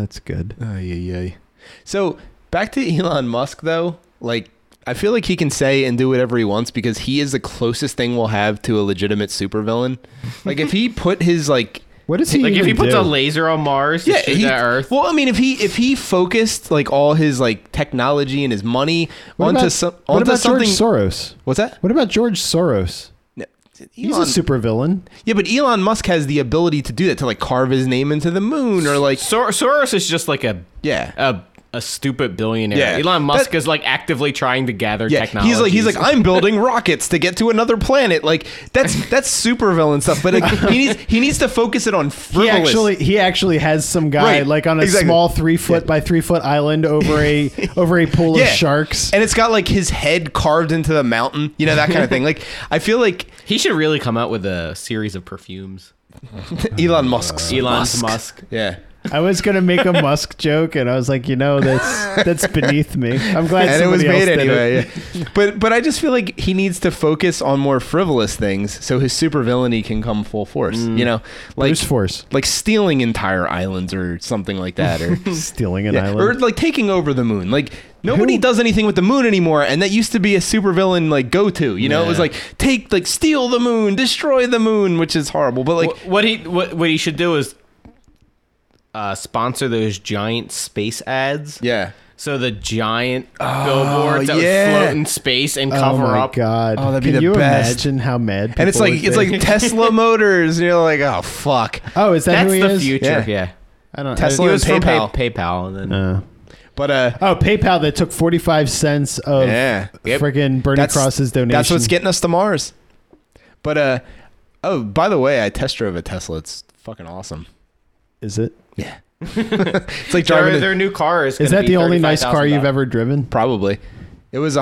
Speaker 1: that's good.
Speaker 3: ay, ay. So back to Elon Musk though, like I feel like he can say and do whatever he wants because he is the closest thing we'll have to a legitimate supervillain. Like if he put his like
Speaker 1: What does he
Speaker 2: like if
Speaker 1: even
Speaker 2: he puts
Speaker 1: do?
Speaker 2: a laser on mars yeah
Speaker 3: yeah,
Speaker 2: shoot
Speaker 3: he,
Speaker 2: at earth
Speaker 3: well, I mean, if he if he focused like all his like technology and his money
Speaker 1: What
Speaker 3: onto
Speaker 1: about-
Speaker 3: some
Speaker 1: what
Speaker 3: onto
Speaker 1: about
Speaker 3: something.
Speaker 1: George Soros?
Speaker 3: what's that?
Speaker 1: What about George Soros?
Speaker 3: No,
Speaker 1: He's
Speaker 3: Elon-
Speaker 1: a supervillain.
Speaker 3: Yeah, but Elon Musk has the ability to do that to like carve his name into the moon or like
Speaker 2: Sor- Soros is just like a
Speaker 3: yeah.
Speaker 2: a a stupid billionaire.
Speaker 3: Yeah.
Speaker 2: Elon Musk
Speaker 3: That-
Speaker 2: is like actively trying to gather
Speaker 3: Yeah,
Speaker 2: technology.
Speaker 3: he's like he's like I'm building rockets to get to another planet. Like that's that's super villain stuff. But like, he needs he needs to focus it on
Speaker 1: He
Speaker 3: frivolous.
Speaker 1: actually he actually has some guy
Speaker 3: Right,
Speaker 1: like on a
Speaker 3: exactly.
Speaker 1: small three foot by three foot island over a over a pool of sharks.
Speaker 3: and it's got like his head carved into the mountain. You know that kind of thing. Like I feel like
Speaker 2: he should really come out with a series of perfumes.
Speaker 3: Elon Musk's
Speaker 2: Elon
Speaker 3: Musk.
Speaker 2: Musk.
Speaker 3: Yeah.
Speaker 1: I was gonna make a Musk joke, and I was like, you know, that's that's beneath me. I'm glad
Speaker 3: and it was
Speaker 1: somebody else
Speaker 3: made
Speaker 1: did It.
Speaker 3: anyway. yeah. but but I just feel like he needs to focus on more frivolous things so his supervillainy can come full force.
Speaker 2: Mm.
Speaker 3: You know, like
Speaker 1: Bruce Force
Speaker 3: like stealing entire islands or something like that, or
Speaker 1: stealing an
Speaker 3: Yeah,
Speaker 1: island.
Speaker 3: or like taking over the moon. Like nobody
Speaker 1: Who-
Speaker 3: does anything with the moon anymore, and that used to be a supervillain like go to. You know, it was
Speaker 2: Yeah.
Speaker 3: like take like steal the moon, destroy the moon, which is horrible. But like
Speaker 2: Wh- what he what what he should do is uh, sponsor those giant space ads.
Speaker 3: yeah.
Speaker 2: So the giant billboards that
Speaker 3: yeah.
Speaker 2: would float in space and
Speaker 1: oh
Speaker 2: cover
Speaker 1: my
Speaker 2: up.
Speaker 1: god!
Speaker 3: Oh, that'd be
Speaker 1: Can
Speaker 3: the
Speaker 1: you
Speaker 3: best.
Speaker 1: imagine how mad? People
Speaker 3: And it's like
Speaker 1: would
Speaker 3: it's
Speaker 1: be?
Speaker 3: like Tesla Motors, and you're like, oh fuck.
Speaker 1: oh, is that
Speaker 2: That's
Speaker 1: who he
Speaker 2: the
Speaker 1: is?
Speaker 2: future.
Speaker 3: Yeah.
Speaker 2: Yeah.
Speaker 1: I don't.
Speaker 3: Tesla
Speaker 2: He
Speaker 3: and
Speaker 2: was from pay-
Speaker 3: PayPal.
Speaker 2: PayPal and then
Speaker 1: Uh,
Speaker 3: But uh,
Speaker 1: oh, PayPal that took forty five cents of
Speaker 3: Yeah.
Speaker 2: Yep.
Speaker 1: friggin' Bernie Cross's donation.
Speaker 3: That's what's getting us to Mars. But uh oh, by the way, I test drove a Tesla. It's fucking awesome.
Speaker 1: Is it?
Speaker 3: Yeah. it's like driving
Speaker 2: their,
Speaker 3: a-
Speaker 2: their new car is.
Speaker 1: Is
Speaker 2: gonna
Speaker 1: that
Speaker 2: be
Speaker 1: the only nice car
Speaker 2: $35,000.
Speaker 1: you've ever driven?
Speaker 3: probably. It was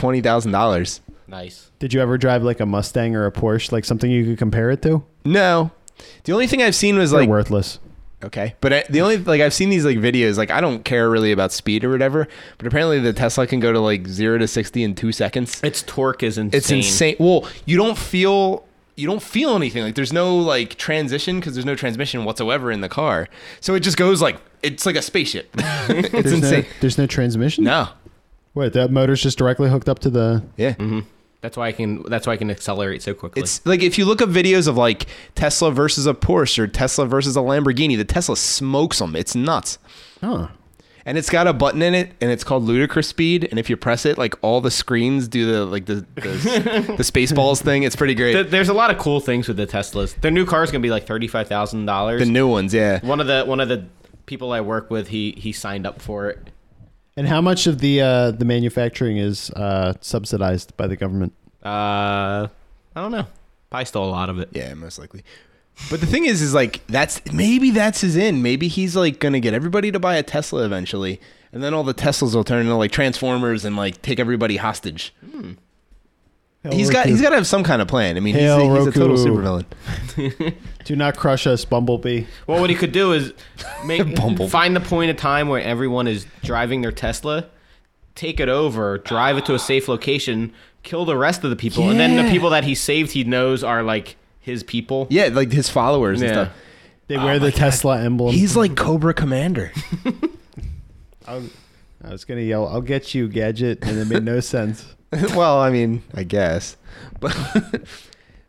Speaker 3: $120,000.
Speaker 2: Nice.
Speaker 1: Did you ever drive like a Mustang or a Porsche, like something you could compare it to?
Speaker 3: No. The only thing I've seen was
Speaker 1: They're
Speaker 3: like
Speaker 1: worthless.
Speaker 3: okay, but I, the only like I've seen these like videos like I don't care really about speed or whatever, but apparently the Tesla can go to like 0 to 60 in 2 seconds.
Speaker 2: Its torque is insane.
Speaker 3: It's insane. Well, you don't feel you don't feel anything. Like there's no like transition because there's no transmission whatsoever in the car. So it just goes like it's like a spaceship. it's
Speaker 1: There's no,
Speaker 3: insane.
Speaker 1: there's no transmission.
Speaker 3: No.
Speaker 1: Wait, that motor's just directly hooked up to the.
Speaker 3: Yeah.
Speaker 2: That's why I can. That's why I can accelerate so quickly.
Speaker 3: It's like if you look up videos of like Tesla versus a Porsche or Tesla versus a Lamborghini, the Tesla smokes them. It's nuts.
Speaker 1: Huh.
Speaker 3: And it's got a button in it, and it's called Ludicrous Speed. And if you press it, like all the screens do the like the the, the Spaceballs thing. It's pretty great.
Speaker 2: Th-
Speaker 3: The,
Speaker 2: there's a lot of cool things with the Teslas. Their new car is gonna be like thirty five thousand dollars.
Speaker 3: new ones, yeah.
Speaker 2: One of the one of the people I work with, he he signed up for it.
Speaker 1: And how much of the uh, the manufacturing is uh, subsidized by the government?
Speaker 2: Uh, I don't know. Probably stole a lot of it.
Speaker 3: Yeah, most likely. But the thing is, is like that's maybe that's his in. Maybe he's like gonna get everybody to buy a Tesla eventually, and then all the Teslas will turn into like Transformers and like take everybody hostage. He's got he's got to have some kind of plan. I mean, he's,
Speaker 1: Hail
Speaker 3: he's a total
Speaker 1: Roku.
Speaker 3: supervillain.
Speaker 1: Do not crush us, Bumblebee.
Speaker 2: Well, what he could do is make
Speaker 3: Bumble.
Speaker 2: find the point of time where everyone is driving their Tesla, take it over, drive it to a safe location, kill the rest of the people, and then the
Speaker 3: Yeah.
Speaker 2: people that he saved, he knows are like his people.
Speaker 3: Yeah, like his followers
Speaker 2: Yeah.
Speaker 3: and stuff.
Speaker 1: They wear the Tesla emblem.
Speaker 3: Oh He's like Cobra Commander.
Speaker 1: I was gonna yell, "I'll get you, gadget," and it made no sense.
Speaker 3: well, I mean, I guess, but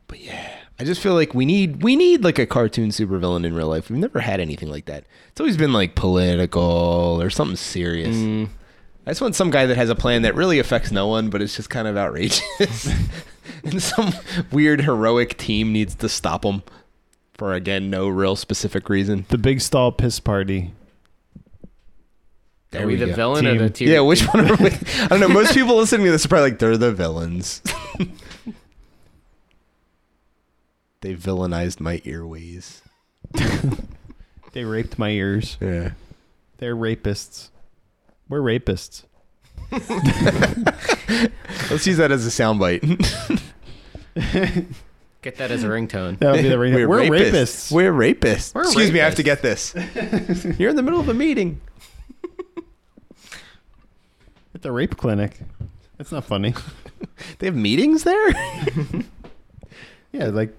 Speaker 3: but yeah, I just feel like we need we need like a cartoon supervillain in real life. We've never had anything like that. It's always been like political or something serious.
Speaker 2: Mm.
Speaker 3: I just want some guy that has a plan that really affects no one, but it's just kind of outrageous. and some weird heroic team needs to stop him for again no real specific reason.
Speaker 1: The big stall piss party.
Speaker 2: are we, the
Speaker 3: go.
Speaker 2: villain or the tier?
Speaker 3: Yeah, which one are we? I don't know. Most people listening to this are probably like, they're the villains. they villainized my earways.
Speaker 1: They raped my ears.
Speaker 3: Yeah.
Speaker 1: They're rapists. We're rapists.
Speaker 3: Let's use that as a soundbite.
Speaker 2: Get that as a ringtone.
Speaker 1: That'll be the ring. We're, rapists.
Speaker 3: We're rapists.
Speaker 2: We're
Speaker 3: Excuse me, I have to
Speaker 2: rapists.
Speaker 3: get this. You're in the middle of a meeting.
Speaker 1: at the rape clinic. That's not funny.
Speaker 3: They have meetings there?
Speaker 1: Yeah, like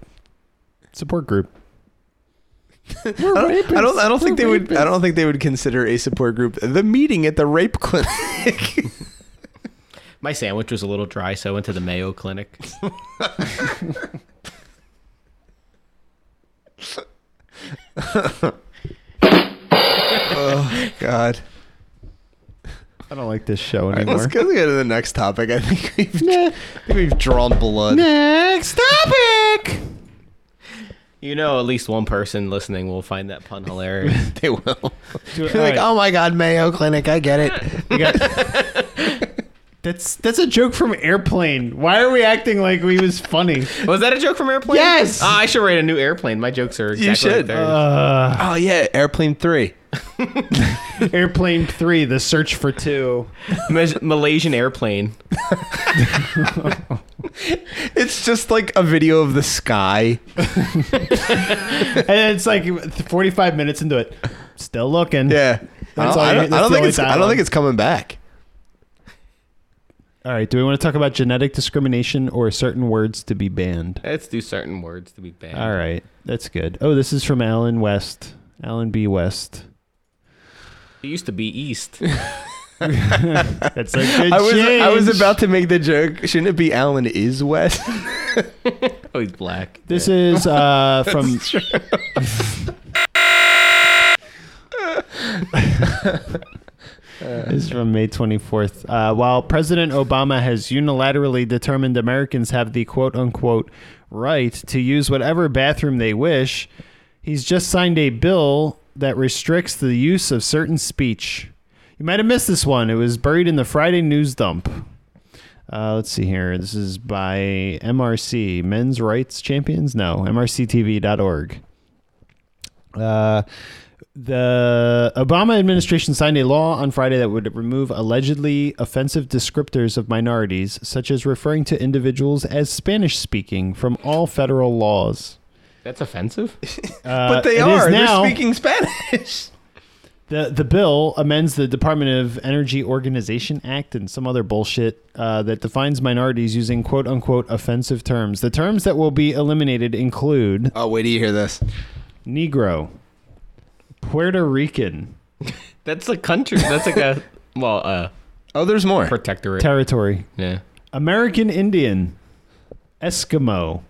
Speaker 1: support group.
Speaker 3: I don't, I don't I don't think they would I don't think they would consider a support group the meeting at the rape clinic.
Speaker 2: My sandwich was a little dry, so I went to the Mayo Clinic.
Speaker 3: God.
Speaker 1: I don't like this show
Speaker 3: All right,
Speaker 1: anymore.
Speaker 3: let's go, let's go to the next topic. I think we've, I think we've drawn blood.
Speaker 1: Next topic.
Speaker 2: You know, at least one person listening will find that pun hilarious.
Speaker 3: They will.
Speaker 1: Do-
Speaker 3: like,
Speaker 1: all right.
Speaker 3: oh my God, Mayo Clinic, I get it.
Speaker 1: We got- that's that's a joke from Airplane. Why are we acting like we was funny?
Speaker 2: Was that a joke from Airplane?
Speaker 1: Yes!
Speaker 2: Oh, I should write a new Airplane. My jokes are exactly
Speaker 3: You should.
Speaker 2: like theirs.
Speaker 1: Uh,
Speaker 3: Oh yeah, Airplane Three.
Speaker 1: Airplane Three: The Search for Two.
Speaker 2: Mas- Malaysian Airplane.
Speaker 3: It's just like a video of the sky.
Speaker 1: And it's like 45 minutes into it. Still looking.
Speaker 3: Yeah. I
Speaker 1: That's
Speaker 3: don't,
Speaker 1: all
Speaker 3: I
Speaker 1: you-
Speaker 3: don't- I
Speaker 1: that's
Speaker 3: don't
Speaker 1: the
Speaker 3: think
Speaker 1: only
Speaker 3: it's. I don't
Speaker 1: dialogue.
Speaker 3: think it's coming back.
Speaker 1: All right. Do we want to talk about genetic discrimination or certain words to be banned?
Speaker 2: Let's do certain words to be banned.
Speaker 1: All right. That's good. Oh, this is from Alan West. Alan B. West.
Speaker 2: It used to be East.
Speaker 1: That's a good
Speaker 3: I was. I was
Speaker 1: change.
Speaker 3: about to make the joke. Shouldn't it be Alan is West?
Speaker 1: Uh,
Speaker 2: oh, he's black.
Speaker 1: This is uh, from. this is from May 24th. Uh, while President Obama has unilaterally determined Americans have the quote unquote right to use whatever bathroom they wish, he's just signed a bill that restricts the use of certain speech. You might have missed this one. It was buried in the Friday news dump. Uh, let's see here. This is by MRC, Men's Rights Champions? No, mrctv.org. Uh, the Obama administration signed a law on Friday that would remove allegedly offensive descriptors of minorities, such as referring to individuals as Spanish speaking, from all federal laws.
Speaker 2: That's offensive.
Speaker 1: Uh,
Speaker 3: but they
Speaker 1: it is
Speaker 3: are.
Speaker 1: now-
Speaker 3: They're speaking Spanish.
Speaker 1: The the bill amends the Department of Energy Organization Act and some other bullshit uh, that defines minorities using quote unquote offensive terms. The terms that will be eliminated include
Speaker 3: Oh wait, do you hear this?
Speaker 1: Negro, Puerto Rican,
Speaker 2: That's a country. That's like a well, uh,
Speaker 3: Oh, there's more.
Speaker 2: protectorate.
Speaker 1: territory,
Speaker 2: yeah.
Speaker 1: American Indian, Eskimo,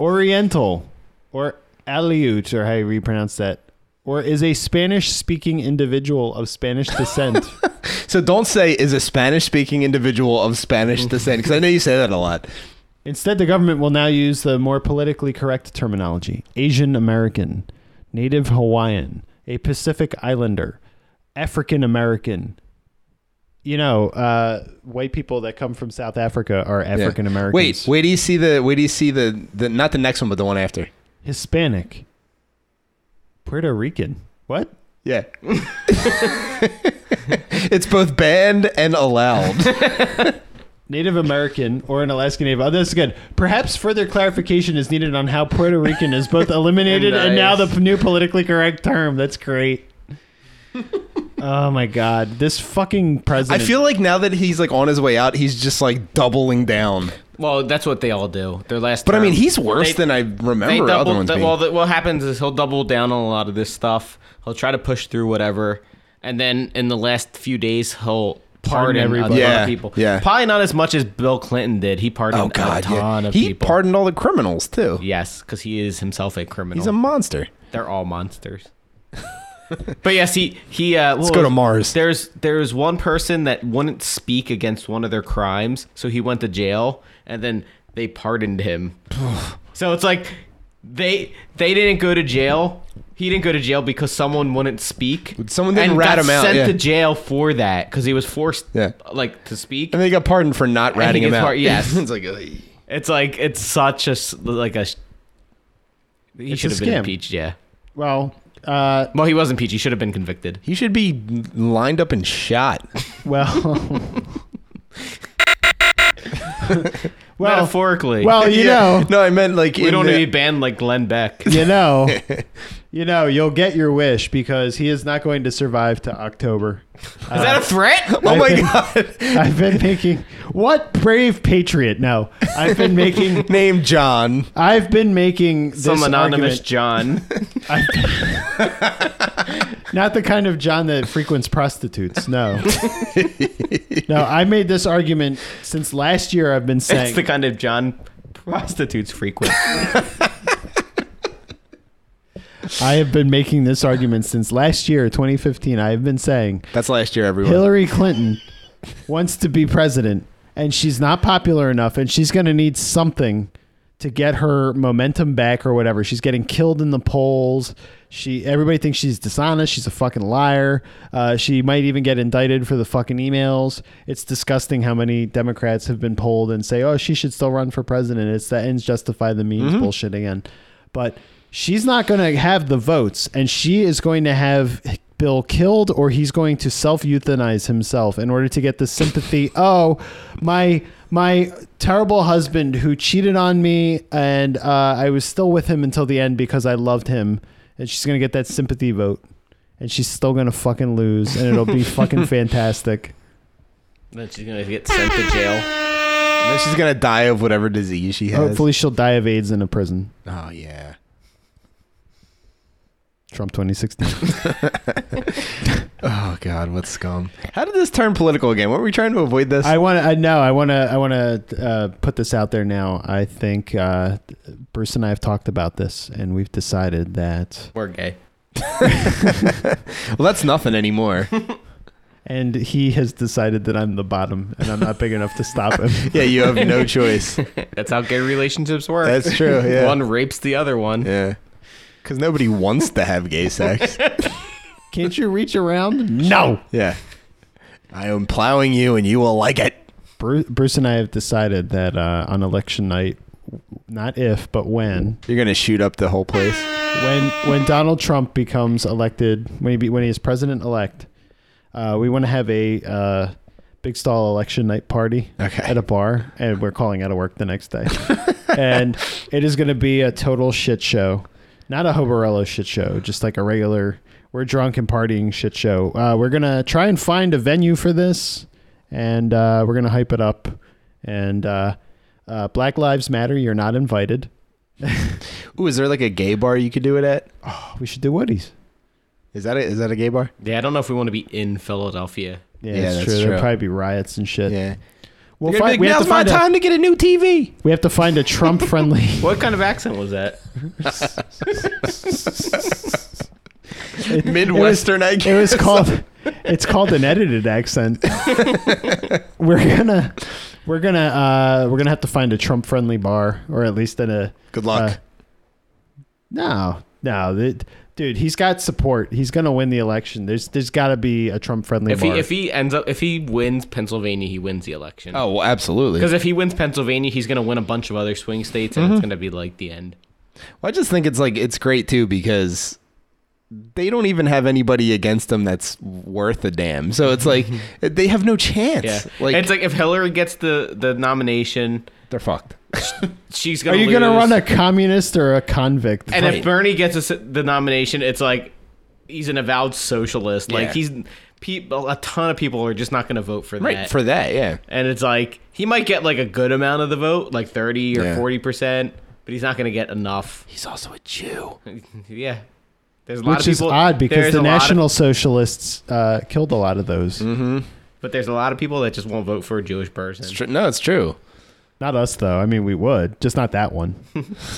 Speaker 1: Oriental, or Aleut, or however you pronounce that, or is a Spanish speaking individual of Spanish descent.
Speaker 3: So don't say is a Spanish speaking individual of Spanish descent because I know you say that a lot.
Speaker 1: Instead, the government will now use the more politically correct terminology Asian American, Native Hawaiian, a Pacific Islander, African American. You know, uh, white people that come from South Africa are
Speaker 3: Yeah.
Speaker 1: African
Speaker 3: Wait,
Speaker 1: Americans.
Speaker 3: wait. Do you see the? Wait, do you see the? The not the next one, but the one after.
Speaker 1: Hispanic, Puerto Rican. What?
Speaker 3: Yeah. it's both banned and allowed.
Speaker 1: Native American or an Alaskan Native. Oh, this is good. Perhaps further clarification is needed on how Puerto Rican is both eliminated and now the
Speaker 2: Nice.
Speaker 1: p- new politically correct term. That's great. oh my God, this fucking
Speaker 3: I
Speaker 1: president.
Speaker 3: feel like now that he's like on his way out, he's just like doubling down.
Speaker 2: Well, that's what they all do. Their last.
Speaker 3: But I mean,
Speaker 2: term.
Speaker 3: he's worse
Speaker 2: They-
Speaker 3: than I
Speaker 2: They
Speaker 3: remember other
Speaker 2: double,
Speaker 3: ones
Speaker 2: the-
Speaker 3: being.
Speaker 2: well, the, what happens is he'll double down on a lot of this stuff. He'll try to push through whatever, and then in the last few days, he'll pardon,
Speaker 1: everybody.
Speaker 2: a lot
Speaker 3: Yeah,
Speaker 2: of people.
Speaker 3: yeah.
Speaker 2: Probably not as much as Bill Clinton did. He pardoned
Speaker 3: oh god,
Speaker 2: a ton
Speaker 3: yeah.
Speaker 2: of
Speaker 3: he
Speaker 2: people.
Speaker 3: pardoned all the criminals too.
Speaker 2: yes, because he is himself a criminal.
Speaker 3: He's a monster.
Speaker 2: They're all monsters. but yes, he he. Uh, Let's
Speaker 3: go to Mars.
Speaker 2: There's there's one person that wouldn't speak against one of their crimes, so he went to jail, and then they pardoned him. so it's like they they didn't go to jail. He didn't go to jail because someone wouldn't speak.
Speaker 3: Someone didn't
Speaker 2: and
Speaker 3: rat
Speaker 2: got
Speaker 3: him out,
Speaker 2: Sent
Speaker 3: yeah.
Speaker 2: to jail for that because he was forced,
Speaker 3: Yeah.
Speaker 2: like to speak.
Speaker 3: And they got pardoned for not
Speaker 2: And he
Speaker 3: ratting him
Speaker 2: gets
Speaker 3: out.
Speaker 2: par- yes.
Speaker 3: it's like uh, "Ugh."
Speaker 2: It's like it's such a s- like a. sh- He
Speaker 1: It's
Speaker 2: should
Speaker 1: a
Speaker 2: have been
Speaker 1: scam.
Speaker 2: impeached. Yeah.
Speaker 1: well, uh,
Speaker 2: Well, he was impeached. He should have been convicted.
Speaker 3: he should be lined up and shot.
Speaker 1: well, well,
Speaker 2: Metaphorically.
Speaker 1: well, you
Speaker 3: Yeah.
Speaker 1: know,
Speaker 3: No, I meant like
Speaker 2: We
Speaker 3: in
Speaker 2: don't
Speaker 3: the-
Speaker 2: need to be banned like Glenn Beck.
Speaker 1: you know, you know, you'll get your wish because he is not going to survive to October.
Speaker 2: Is that a threat?
Speaker 3: Oh
Speaker 1: I
Speaker 3: my
Speaker 1: think-
Speaker 3: god.
Speaker 1: I've been making what brave patriot? No, I've been making.
Speaker 3: Name John.
Speaker 1: I've been making this
Speaker 2: Some anonymous
Speaker 1: argument-
Speaker 2: John.
Speaker 1: not the kind of John that frequents prostitutes. No, no. I made this argument since last year. I've been
Speaker 2: it's
Speaker 1: saying
Speaker 2: the kind of John prostitutes frequent.
Speaker 1: I have been making this argument since last year, 2015. I have been saying
Speaker 3: That's last year, everyone.
Speaker 1: Hillary Clinton wants to be president, and she's not popular enough, and she's going to need something to get her momentum back or whatever. She's getting killed in the polls. She everybody thinks she's dishonest. She's a fucking liar. Uh, she might even get indicted for the fucking emails. It's disgusting how many Democrats have been polled and say, "Oh, she should still run for president." It's the ends justify the means bullshit again. But she's not going to have the votes, and she is going to have Bill killed, or he's going to self euthanize himself in order to get the sympathy. oh, my my terrible husband who cheated on me, and uh, I was still with him until the end because I loved him, and she's going to get that sympathy vote, and she's still going to fucking lose, and it'll be fucking fantastic.
Speaker 2: Then she's gonna get sent to jail.
Speaker 3: And then she's gonna die of whatever disease she has.
Speaker 1: Hopefully, she'll die of AIDS in a prison.
Speaker 3: Oh yeah.
Speaker 1: Trump 2016.
Speaker 3: Oh god, what scum. How did this turn political again? What were we trying to avoid this?
Speaker 1: I want to. I know. I want to. I want to uh, put this out there now. I think uh, Bruce and I have talked about this, and we've decided that.
Speaker 2: We're gay.
Speaker 3: well, that's nothing anymore.
Speaker 1: And he has decided that I'm the bottom, and I'm not big enough to stop him.
Speaker 3: yeah, you have no choice.
Speaker 2: That's how gay relationships work.
Speaker 3: That's true. Yeah.
Speaker 2: One rapes the other one.
Speaker 3: Yeah. Because nobody wants to have gay sex.
Speaker 1: Can't you reach around? No.
Speaker 3: yeah. I am plowing you, and you will like it.
Speaker 1: Bruce, Bruce and I have decided that uh, on election night, not if but when,
Speaker 3: You're gonna shoot up the whole place.
Speaker 1: when when Donald Trump becomes elected, when he be, when he is president elect, uh, we want to have a uh, big stall election night party
Speaker 3: Okay.
Speaker 1: at a bar, and we're calling out of work the next day, and it is going to be a total shit show, not a Hobarello shit show, just like a regular we're drunk and partying shit show. Uh, we're gonna try and find a venue for this, and uh, we're gonna hype it up, and uh, uh, Black Lives Matter, you're not invited.
Speaker 3: Ooh, is there like a gay bar you could do it at?
Speaker 1: We should do Woody's.
Speaker 3: Is that a, is that a gay bar?
Speaker 2: Yeah, I don't know if we want to be in Philadelphia.
Speaker 1: Yeah,
Speaker 3: Yeah,
Speaker 1: that's,
Speaker 3: that's
Speaker 1: true.
Speaker 3: true.
Speaker 1: There'll probably be riots and shit.
Speaker 3: Yeah.
Speaker 1: We'll
Speaker 3: You're
Speaker 1: fi-
Speaker 3: gonna be like,
Speaker 1: we, have to
Speaker 3: Now's my
Speaker 1: find a,
Speaker 3: time to get a new TV.
Speaker 1: we have to find a Trump friendly.
Speaker 2: What kind of accent was that?
Speaker 3: Midwestern, I
Speaker 1: it
Speaker 3: guess.
Speaker 1: was called. It's called an edited accent. we're gonna, we're gonna, uh, we're gonna have to find a Trump friendly bar, or at least in a.
Speaker 3: Good luck.
Speaker 1: uh, no, no, that- dude, he's got support. He's gonna win the election. There's, there's got to be a Trump friendly
Speaker 2: If he
Speaker 1: bar.
Speaker 2: if he ends up if he wins Pennsylvania, he wins the election.
Speaker 3: oh, well, absolutely.
Speaker 2: Because if he wins Pennsylvania, he's going to win a bunch of other swing states,
Speaker 3: Mm-hmm.
Speaker 2: and it's going to be like the end.
Speaker 3: Well, I just think it's like it's great too because they don't even have anybody against them that's worth a damn. So it's like they have no chance.
Speaker 2: Yeah,
Speaker 3: Like,
Speaker 2: it's like if Hillary gets the the nomination,
Speaker 3: they're fucked.
Speaker 2: she's
Speaker 1: Are
Speaker 2: going.
Speaker 1: you gonna
Speaker 2: lose.
Speaker 1: run a communist or a convict?
Speaker 2: And
Speaker 3: Right.
Speaker 2: if Bernie gets us the nomination, it's like he's an avowed socialist. Like
Speaker 3: Yeah.
Speaker 2: he's people, a ton of people are just not going to vote for
Speaker 3: Right
Speaker 2: that.
Speaker 3: for that, yeah.
Speaker 2: and it's like he might get like a good amount of the vote, like thirty or
Speaker 3: Yeah.
Speaker 2: forty percent, but he's not going to get enough.
Speaker 3: He's also a Jew.
Speaker 2: yeah, there's a lot
Speaker 1: which
Speaker 2: of
Speaker 1: is
Speaker 2: people.
Speaker 1: odd because
Speaker 2: there's
Speaker 1: the
Speaker 2: a lot of- Mm-hmm.
Speaker 1: National Socialists uh, killed a lot of those.
Speaker 2: but there's a lot of people that just won't vote for a Jewish person.
Speaker 3: It's tr- no, it's true.
Speaker 1: Not us though. I mean, we would, just not that one.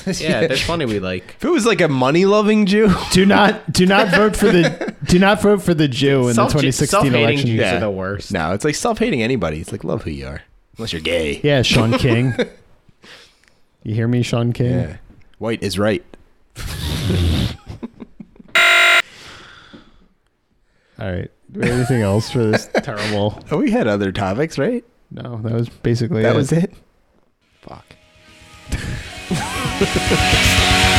Speaker 2: Yeah, that's funny. We like
Speaker 3: If it was like a money-loving Jew,
Speaker 1: Do not do not vote for the do not vote for the Jew in the
Speaker 2: Self-
Speaker 1: 2016
Speaker 2: self-hating
Speaker 1: election.
Speaker 2: Jews.
Speaker 1: Yeah.
Speaker 2: are the worst.
Speaker 3: No, it's like self-hating anybody. It's like love who you are, unless you're gay.
Speaker 1: Sean King. you hear me, Sean King?
Speaker 3: Yeah. White is right.
Speaker 1: All right. Do we have Anything else for this terrible?
Speaker 3: Oh, we had other topics, right?
Speaker 1: No, that was basically
Speaker 3: That was it. Fuck.
Speaker 6: Thank